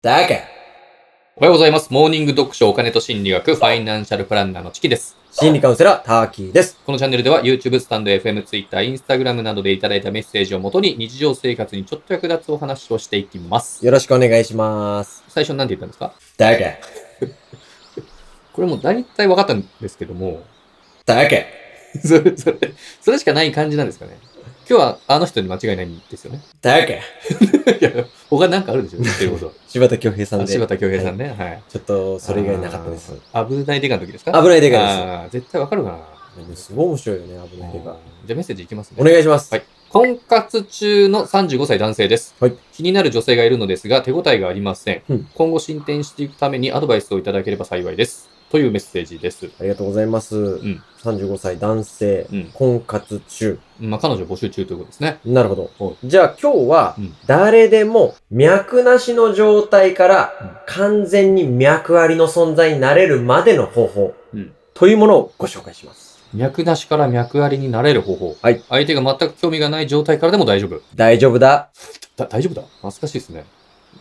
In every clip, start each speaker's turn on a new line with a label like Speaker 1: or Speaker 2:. Speaker 1: だが、
Speaker 2: おはようございます。モーニング読書お金と心理学ファイナンシャルプランナーのチキです。
Speaker 1: 心理カウンセラー、ターキーです。
Speaker 2: このチャンネルでは YouTube、スタンド FM、Twitter、Instagram などでいただいたメッセージをもとに日常生活にちょっと役立つお話をしていきます。
Speaker 1: よろしくお願いします。
Speaker 2: 最初に何て言ったんですか
Speaker 1: だが、
Speaker 2: これもう大体分かったんですけども、
Speaker 1: だが、
Speaker 2: それ、それ、それしかない感じなんですかね。今日はあの人に間違いないんですよね。
Speaker 1: だが、
Speaker 2: いや、他なんかある でしょ言ってること。
Speaker 1: 柴田恭平さん
Speaker 2: あ
Speaker 1: で。
Speaker 2: 柴田恭平さ
Speaker 1: は
Speaker 2: んね。はい。
Speaker 1: い。ちょっと、それ以外なかったです。
Speaker 2: あー。危ないデカの時ですか
Speaker 1: 危ないデカです
Speaker 2: あー絶対分かるかな。
Speaker 1: でもすごい面白いよね、危ない手
Speaker 2: じゃ
Speaker 1: が
Speaker 2: あ。メッセージいきますね。
Speaker 1: お願いします。
Speaker 2: はい婚活中の35歳男性です、
Speaker 1: はい
Speaker 2: 気になる女性がいるのですが、手応えがありません。
Speaker 1: うん
Speaker 2: 今後進展していくためにアドバイスをいただければ幸いです。というメッセージです。
Speaker 1: ありがとうございます。
Speaker 2: ん
Speaker 1: 35歳男性、
Speaker 2: うん
Speaker 1: 婚活中。
Speaker 2: まあ、彼女募集中ということですね。
Speaker 1: なるほ
Speaker 2: は
Speaker 1: ど。じゃあ今日は
Speaker 2: うん、
Speaker 1: 誰でも脈なしの状態から完全に脈ありの存在になれるまでの方法
Speaker 2: うん
Speaker 1: というものをご紹介します。
Speaker 2: 脈なしから脈ありになれる方法。
Speaker 1: はい
Speaker 2: 相手が全く興味がない状態からでも大丈夫。
Speaker 1: 大丈夫だ。
Speaker 2: だ、大丈夫だ懐かしいですね。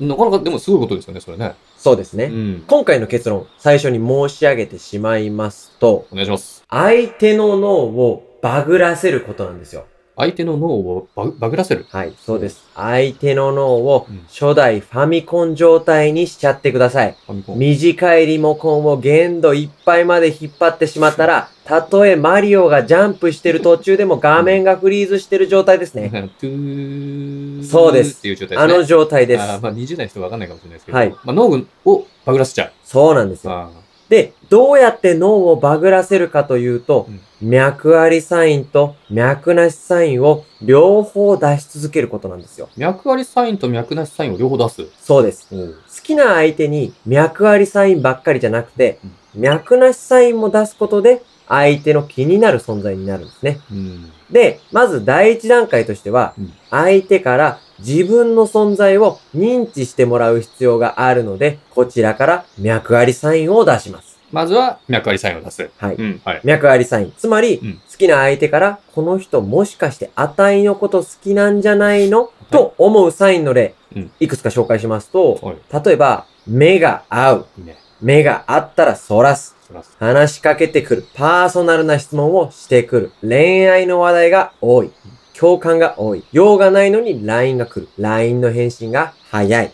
Speaker 2: なかなかでもすごいことですよね、それね。
Speaker 1: そうです
Speaker 2: う
Speaker 1: ね。
Speaker 2: ん。
Speaker 1: 今回の結論、最初に申し上げてしまいますと、
Speaker 2: お願いします。
Speaker 1: 相手の脳をバグらせることなんですよ。
Speaker 2: 相手の脳をバグバグらせる。
Speaker 1: はい、そうです。相手の脳を
Speaker 2: うん
Speaker 1: 初代ファミコン状態にしちゃってください。
Speaker 2: ファミコン。
Speaker 1: 短いリモコンを限度いっぱいまで引っ張ってしまったら、たとえマリオがジャンプしてる途中でも画面がフリーズしてる状態です
Speaker 2: トゥ
Speaker 1: ね。
Speaker 2: ー
Speaker 1: そうです
Speaker 2: っていう状態です
Speaker 1: あ
Speaker 2: ね。
Speaker 1: の状態です。
Speaker 2: あーまあ、20代の人は分かんないかもしれないですけど、
Speaker 1: はい
Speaker 2: まあ、農具をバグらせちゃう。
Speaker 1: そうなんですよ。
Speaker 2: あ
Speaker 1: で、どうやって脳をバグらせるかというと、脈ありサインと脈なしサインを両方出し続けることなんですよ。
Speaker 2: ー脈ありサインと脈なしサインを両方出す。
Speaker 1: そうです。好きな相手に脈ありサインばっかりじゃなくて、脈なしサインも出すことで、相手の気になる存在になるんですね。
Speaker 2: うん
Speaker 1: で、まず第一段階としては、
Speaker 2: うん
Speaker 1: 相手から自分の存在を認知してもらう必要があるので、こちらから脈ありサインを出します。
Speaker 2: まずは脈ありサインを出す。
Speaker 1: はい
Speaker 2: うんはい。
Speaker 1: 脈ありサイン。つまり、
Speaker 2: うん
Speaker 1: 好きな相手から、この人もしかして値のこと好きなんじゃないのと思うサインの例、
Speaker 2: うん
Speaker 1: いくつか紹介しますと、
Speaker 2: はい。
Speaker 1: 例えば、目が合う。
Speaker 2: いいね。
Speaker 1: 目が合ったら反らす。
Speaker 2: そらす
Speaker 1: 話しかけてくる。パーソナルな質問をしてくる。恋愛の話題が多い。共感が多い。用がないのに LINE が来る。LINE の返信が早い。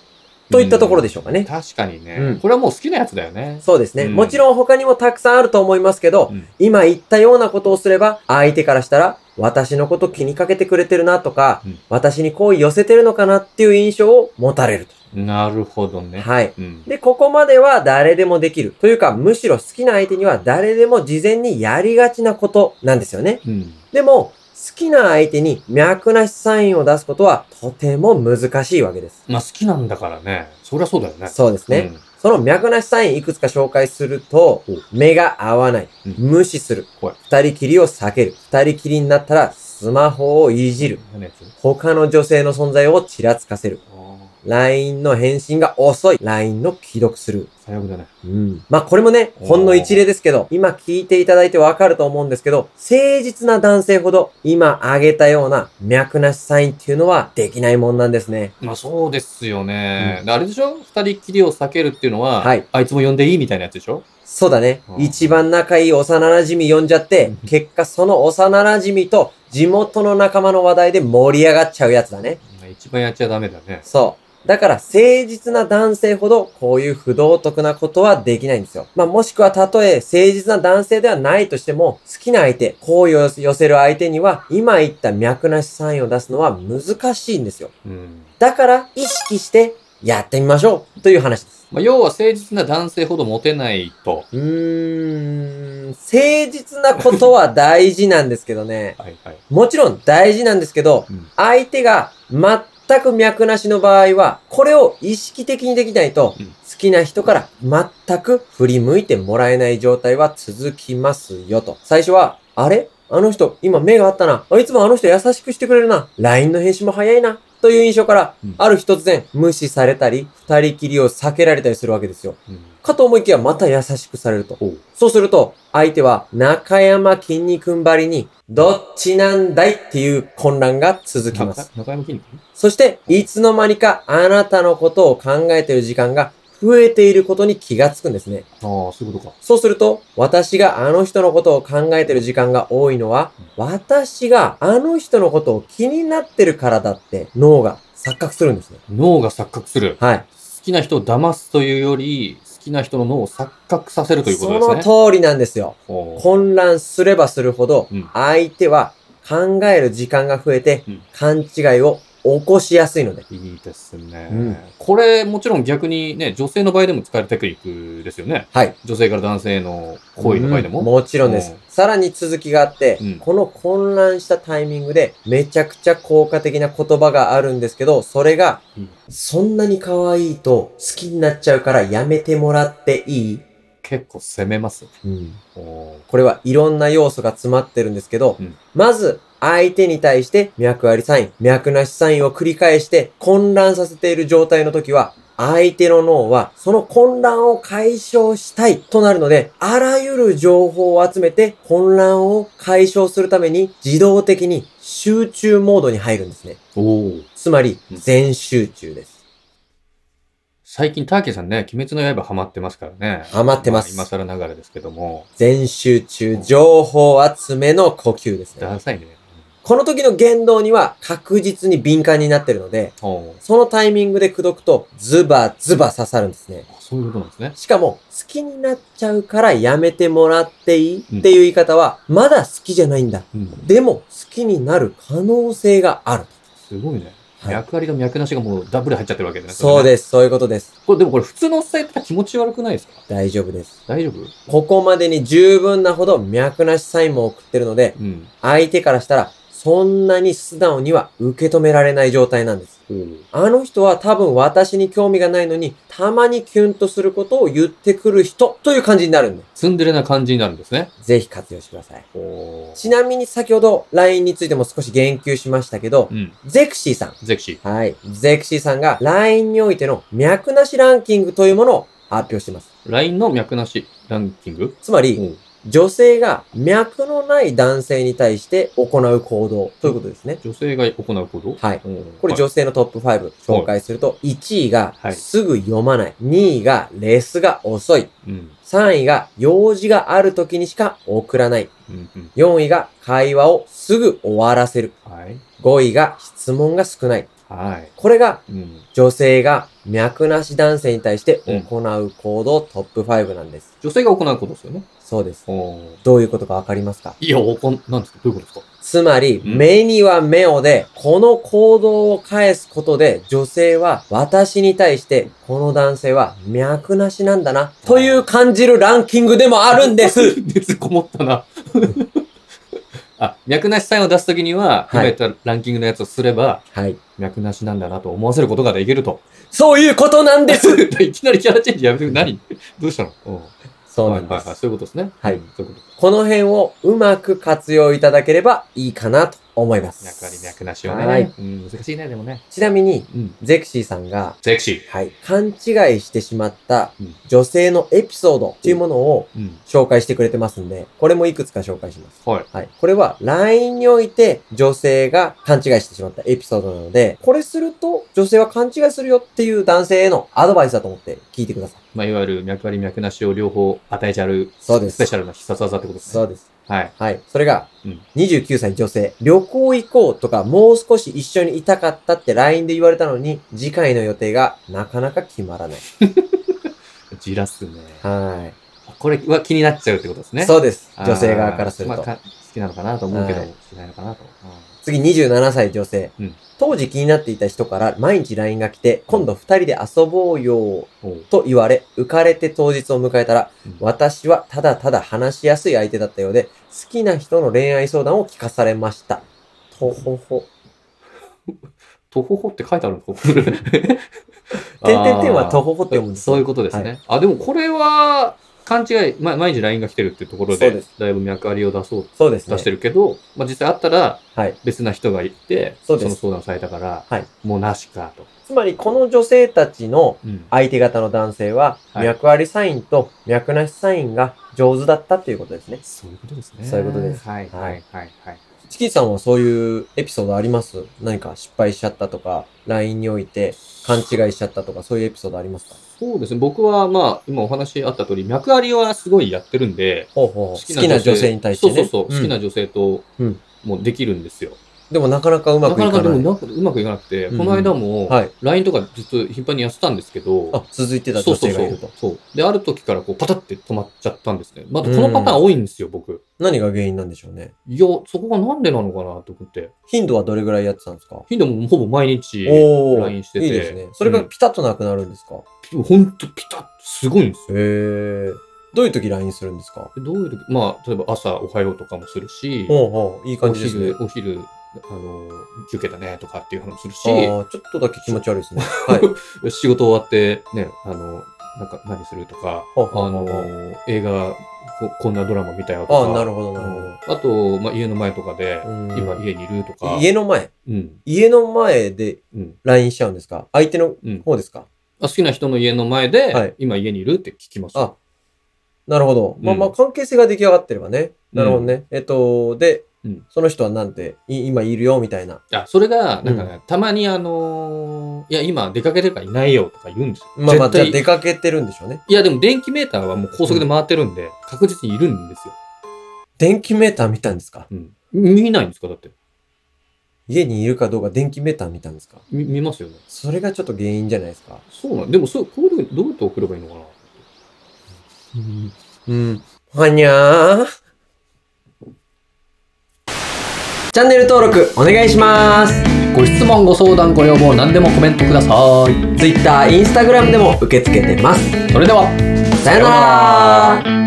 Speaker 1: といったところでしょうかね
Speaker 2: ん確かにね、
Speaker 1: うん
Speaker 2: これはもう好きなやつだよね。
Speaker 1: そうですね。
Speaker 2: うん
Speaker 1: もちろん他にもたくさんあると思いますけど、
Speaker 2: うん
Speaker 1: 今言ったようなことをすれば、相手からしたら、私のこと気にかけてくれてるなとか、
Speaker 2: うん
Speaker 1: 私に好意寄せてるのかなっていう印象を持たれると。
Speaker 2: なるほどね。
Speaker 1: はい。
Speaker 2: うん。
Speaker 1: で、ここまでは誰でもできる。というか、むしろ好きな相手には誰でも事前にやりがちなことなんですよね。
Speaker 2: うん。
Speaker 1: でも、好きな相手に脈なしサインを出すことはとても難しいわけです。
Speaker 2: まあ好きなんだからね。そりゃそうだよね。
Speaker 1: そうですね。
Speaker 2: ん。
Speaker 1: その脈なしサインいくつか紹介すると、目が合わない、
Speaker 2: うん
Speaker 1: 無視する
Speaker 2: 怖い、
Speaker 1: 二人きりを避ける、二人きりになったらスマホをいじる、
Speaker 2: 嫌なやつ。
Speaker 1: 他の女性の存在をちらつかせる、
Speaker 2: ああ、
Speaker 1: LINE の返信が遅い、LINE の既読する、
Speaker 2: 最悪だね。
Speaker 1: うん。まあ、これもね、ほんの一例ですけど、今聞いていただいてわかると思うんですけど、誠実な男性ほど、今挙げたような脈なしサインっていうのはできないもんなんですね。
Speaker 2: まあそうですよね。であれでしょ二人きりを避けるっていうのは、
Speaker 1: はい
Speaker 2: あいつも呼んでいいみたいなやつでしょ
Speaker 1: そうだね
Speaker 2: う。ん
Speaker 1: 一番仲いい幼馴染呼んじゃって、結果その幼馴染と地元の仲間の話題で盛り上がっちゃうやつだね。
Speaker 2: 一番やっちゃダメだね。
Speaker 1: そう。だから、誠実な男性ほど、こういう不道徳なことはできないんですよ。まあ、もしくは、たとえ、誠実な男性ではないとしても、好きな相手、好意を寄せる相手には、今言った脈なしサインを出すのは難しいんですよ。
Speaker 2: うん。
Speaker 1: だから、意識して、やってみましょうという話です。
Speaker 2: まあ、要は誠実な男性ほどモテないと。
Speaker 1: うーん、誠実なことは大事なんですけど ね。
Speaker 2: はいはい。
Speaker 1: もちろん大事なんですけど、
Speaker 2: うん
Speaker 1: 相手が全く脈なしの場合は、これを意識的にできないと、
Speaker 2: うん
Speaker 1: 好きな人から全く振り向いてもらえない状態は続きますよと。最初は、あれあの人、今目があったな。あいつもあの人優しくしてくれるな。LINE の返信も早いな。という印象から、
Speaker 2: うん
Speaker 1: ある日突然無視されたり、二人きりを避けられたりするわけですよ。
Speaker 2: うん
Speaker 1: かと思いきやまた優しくされると。
Speaker 2: おう
Speaker 1: そうすると、相手は中山筋肉んばりに、どっちなんだいっていう混乱が続きます。
Speaker 2: 中中山筋肉
Speaker 1: そして、いつの間にかあなたのことを考えている時間が増えていることに気がつくんですね。
Speaker 2: ああ、そういうことか。
Speaker 1: そうすると、私があの人のことを考えている時間が多いのは、私があの人のことを気になってるからだって脳が錯覚するんですね。
Speaker 2: 脳が錯覚する。好
Speaker 1: はい。
Speaker 2: きな人を騙すというより、好きな人の脳を錯覚させるということですね。
Speaker 1: その通りなんですよ。
Speaker 2: ほう
Speaker 1: 混乱すればするほど
Speaker 2: うん、
Speaker 1: 相手は考える時間が増えて
Speaker 2: うん、
Speaker 1: 勘違いを起こしやすいので。
Speaker 2: いいですね、
Speaker 1: うん
Speaker 2: これ、もちろん逆にね、女性の場合でも使えるテクニックですよね。
Speaker 1: はい。
Speaker 2: 女性から男性への行為の場合でも。
Speaker 1: うんもちろんです
Speaker 2: うん。
Speaker 1: さらに続きがあって、
Speaker 2: うん
Speaker 1: この混乱したタイミングで、めちゃくちゃ効果的な言葉があるんですけど、それが、
Speaker 2: うん
Speaker 1: そんなに可愛いと好きになっちゃうからやめてもらっていい、
Speaker 2: 結構攻めますよ。おー
Speaker 1: これはいろんな要素が詰まってるんですけど、
Speaker 2: うん
Speaker 1: まず、相手に対して脈ありサイン、脈なしサインを繰り返して混乱させている状態の時は、相手の脳はその混乱を解消したいとなるので、あらゆる情報を集めて混乱を解消するために自動的に集中モードに入るんですね。
Speaker 2: おー
Speaker 1: つまり
Speaker 2: うん、
Speaker 1: 全集中です。
Speaker 2: 最近、ターキーさんね、鬼滅の刃ハマってますからね。
Speaker 1: ハマってます
Speaker 2: あ今更ながらですけども。
Speaker 1: 全集中、情報集めの呼吸ですね。
Speaker 2: ダサいね。
Speaker 1: この時の言動には確実に敏感になってるので、
Speaker 2: うんおー
Speaker 1: そのタイミングで口説くとズバズバ刺さるんですね。
Speaker 2: あそういうことなんですね。
Speaker 1: しかも、好きになっちゃうからやめてもらっていいっていう言い方は、まだ好きじゃないんだ。
Speaker 2: うん。
Speaker 1: でも、好きになる可能性がある。
Speaker 2: すごいね。
Speaker 1: はい
Speaker 2: 脈ありと脈なしがもうダブル入っちゃってるわけだね。
Speaker 1: そう
Speaker 2: す。
Speaker 1: です。そういうことです。
Speaker 2: これでもこれ普通のおっさんやったら気持ち悪くないですか
Speaker 1: 大丈夫です。
Speaker 2: 大丈夫
Speaker 1: ここまでに十分なほど脈なしサインも送ってるので、
Speaker 2: うん。
Speaker 1: 相手からしたら、そんなに素直には受け止められない状態なんです。あの人は多分私に興味がないのに、たまにキュンとすることを言ってくる人という感じになるんで、
Speaker 2: ツンデレな感じになるんですね。
Speaker 1: ぜひ活用してください。
Speaker 2: お
Speaker 1: ちなみに先ほど LINE についても少し言及しましたけど
Speaker 2: う、ん。
Speaker 1: ゼクシーさん。
Speaker 2: ゼクシー。
Speaker 1: はい。ゼクシーさんが LINE においての脈なしランキングというものを発表しています。
Speaker 2: LINE の脈なしランキング
Speaker 1: つま
Speaker 2: お
Speaker 1: り、
Speaker 2: う
Speaker 1: 女性が脈のない男性に対して行う行動ということですね。
Speaker 2: 女性が行う行動
Speaker 1: はい。
Speaker 2: おう
Speaker 1: これ
Speaker 2: はい
Speaker 1: 女性のトップ5紹介すると、1位が
Speaker 2: はい
Speaker 1: すぐ読まない、2位がレスが遅い、
Speaker 2: うん。
Speaker 1: 3位が用事がある時にしか送らない。
Speaker 2: うん。うん。
Speaker 1: 4位が会話をすぐ終わらせる。
Speaker 2: はい。
Speaker 1: 5位が質問が少ない。
Speaker 2: はい。
Speaker 1: これが
Speaker 2: うん。
Speaker 1: 女性が脈なし男性に対して行う行動トップ5なんです。
Speaker 2: 女性が行うことですよね。
Speaker 1: そうです。
Speaker 2: おう
Speaker 1: どういうことかわかりますか
Speaker 2: いや、おこん、なんですかどういうことですか
Speaker 1: つまり、
Speaker 2: うん
Speaker 1: 目には目をで、この行動を返すことで、女性は私に対して、この男性は脈なしなんだな、という感じるランキングでもあるんで す。
Speaker 2: 熱こもったな。 あ、脈なしサインを出すときには、
Speaker 1: はい
Speaker 2: 今言ったランキングのやつをすれば、
Speaker 1: はい。
Speaker 2: 脈なしなんだなと思わせることができると。
Speaker 1: そういうことなんです
Speaker 2: いきなりキャラチェンジやめて何どうしたのおう
Speaker 1: そうなんで
Speaker 2: はいはいはい
Speaker 1: す。
Speaker 2: そういうことですね。
Speaker 1: はい
Speaker 2: うんそういうこと
Speaker 1: この辺をうまく活用いただければいいかなと思いま
Speaker 2: 脈あり
Speaker 1: す。
Speaker 2: 脈なしはね。
Speaker 1: はい
Speaker 2: うん、難しいね、でもね。
Speaker 1: ちなみに、
Speaker 2: うん。
Speaker 1: ゼクシーさんが、
Speaker 2: セクシ
Speaker 1: はい、勘違いしてしまった
Speaker 2: うん
Speaker 1: 女性のエピソードというものを
Speaker 2: ー。うん。
Speaker 1: 紹介してくれてますんで、これもいくつか紹介します。
Speaker 2: はい。
Speaker 1: はい。これは LINE において女性が勘違いしてしまったエピソードなので、これすると女性は勘違いするよっていう男性へのアドバイスだと思って聞いてください。
Speaker 2: まあ、いわゆる脈あり脈なしを両方与えちゃう、
Speaker 1: そうです
Speaker 2: スペシャルな必殺技ってことですね。
Speaker 1: そうです。
Speaker 2: はい。
Speaker 1: はい。それが
Speaker 2: うん、
Speaker 1: 29歳女性、旅行行こうとか、もう少し一緒にいたかったって LINE で言われたのに、次回の予定がなかなか決まらない。
Speaker 2: じらすね。
Speaker 1: は
Speaker 2: これは気になっちゃうってことです
Speaker 1: い。
Speaker 2: ね。
Speaker 1: そうです。
Speaker 2: あー
Speaker 1: 女性側からする
Speaker 2: まあ
Speaker 1: と。
Speaker 2: か好きなのかなと思うけど、
Speaker 1: はい
Speaker 2: 好きないのかなと。
Speaker 1: 次27歳女性
Speaker 2: うん。
Speaker 1: 当時気になっていた人から毎日 LINE が来て、今度二人で遊ぼうよ
Speaker 2: うんおう
Speaker 1: と言われ、浮かれて当日を迎えたら
Speaker 2: うん、
Speaker 1: 私はただただ話しやすい相手だったようで、好きな人の恋愛相談を聞かされました。とほほ。
Speaker 2: とほほって書いてあるの てんて
Speaker 1: てん
Speaker 2: ん
Speaker 1: てんてんはとほほって読むんですよ
Speaker 2: そういうことですね。
Speaker 1: は
Speaker 2: あ、でもこれは、勘違い、ま、毎日 LINE が来てるっていうところ
Speaker 1: そうで
Speaker 2: で、
Speaker 1: す
Speaker 2: だいぶ脈ありを出そう、
Speaker 1: そうですね
Speaker 2: 出して。るけど、まあ、実際会ったら
Speaker 1: はい。
Speaker 2: 別な人がいて、
Speaker 1: そうです
Speaker 2: の相談されたから、
Speaker 1: はい
Speaker 2: もうなしかと。
Speaker 1: つまり、この女性たちの
Speaker 2: うん。
Speaker 1: 相手方の男性は、
Speaker 2: はい
Speaker 1: 脈ありサインと脈なしサインが上手だったっていうことですね。
Speaker 2: そういうことですね。
Speaker 1: そういうことです。
Speaker 2: はい、
Speaker 1: は
Speaker 2: はいい、はい、はい。
Speaker 1: チキさんはそういうエピソードあります何か失敗しちゃったとか、LINE において勘違いしちゃったとか、そういうエピソードありますか
Speaker 2: そうですね。僕は、まあ、今お話あった通り、脈ありはすごいやってるんで、
Speaker 1: ほうほう。好きな女性に対してね。
Speaker 2: そうそうそう。
Speaker 1: ん
Speaker 2: 好きな女性と
Speaker 1: うん、
Speaker 2: もうできるんですよ。
Speaker 1: でもなかなかうま
Speaker 2: な
Speaker 1: くい
Speaker 2: か
Speaker 1: かな
Speaker 2: な
Speaker 1: い。
Speaker 2: かでもなくうまくいかなくて、
Speaker 1: うん
Speaker 2: この間も、
Speaker 1: はい。
Speaker 2: LINE とかずっと頻繁にやってたんですけど、
Speaker 1: あ、続いてた
Speaker 2: そ
Speaker 1: 女
Speaker 2: うそう
Speaker 1: 性が
Speaker 2: そ
Speaker 1: いる
Speaker 2: う
Speaker 1: と。。
Speaker 2: そう。で、ある時からこうパタって止まっちゃったんですね。まだこのパターン多いんですよ、僕。
Speaker 1: 何が原因なんでしょうね。
Speaker 2: いや、そこがなんでなのかなと思って。
Speaker 1: 頻度はどれぐらいやってたんですか
Speaker 2: 頻度もほぼ毎日、
Speaker 1: おー
Speaker 2: LINE してて
Speaker 1: いいですね。それがピタッとなくなるんですか、
Speaker 2: ほんとピタッ、すごいんですよ。
Speaker 1: へー。どういう時 LINE するんですか
Speaker 2: どういう時、まあ、例えば朝おはようとかもするし、
Speaker 1: ほうほう、いい感
Speaker 2: お
Speaker 1: じですね
Speaker 2: 昼、。お昼、あの、休憩だねとかっていう話もする
Speaker 1: あ
Speaker 2: し、
Speaker 1: ーちょっとだけ気持ち悪いですね。はい。
Speaker 2: 仕事終わって、ね、あの、なんか何するとか、
Speaker 1: ほう
Speaker 2: あ
Speaker 1: ほうほう
Speaker 2: の、映画こ、こんなドラマ見たよと
Speaker 1: あ
Speaker 2: か、
Speaker 1: あ、なるほど、なる
Speaker 2: あと、まあ、家の前とかで、
Speaker 1: ほど。
Speaker 2: 今家にいるとか
Speaker 1: うん、家の前。
Speaker 2: うん、
Speaker 1: 家の前で
Speaker 2: うん、
Speaker 1: LINE しちゃうんですか相手の
Speaker 2: うん。
Speaker 1: 方ですか
Speaker 2: あ好きな人の家の前で、
Speaker 1: はい
Speaker 2: 今家にいるって聞きます。
Speaker 1: あなるほど。まあ
Speaker 2: うん
Speaker 1: まあ、関係性が出来上がってればね。なるほどね。えっと、で
Speaker 2: うん、
Speaker 1: その人はなんて、い今いるよ、みたいな。
Speaker 2: あそれが、なんかね、たまにあのーいや、今出かけてるからいないよとか言うんですよ。
Speaker 1: まあまあ、
Speaker 2: 絶
Speaker 1: じゃあ
Speaker 2: 対
Speaker 1: 出かけてるんでしょうね。
Speaker 2: いや、でも電気メーターはもう高速で回ってるんで、確実にいるんですよ。
Speaker 1: 電気メーター見たんですか
Speaker 2: うん。見ないんですかだって。
Speaker 1: 家にいるかどうか電気メーター見たんですか
Speaker 2: み見ますよね。
Speaker 1: それがちょっと原因じゃないですか。
Speaker 2: そうなんでもそう、こういう時どうやって送ればいいのかな
Speaker 1: うん。うん。はにゃー。チャンネル登録お願いします。
Speaker 2: ご質問、ご相談、ご要望、何でもコメントください。
Speaker 1: Twitter、Instagram でも受け付けてます。
Speaker 2: それでは。
Speaker 1: さよなら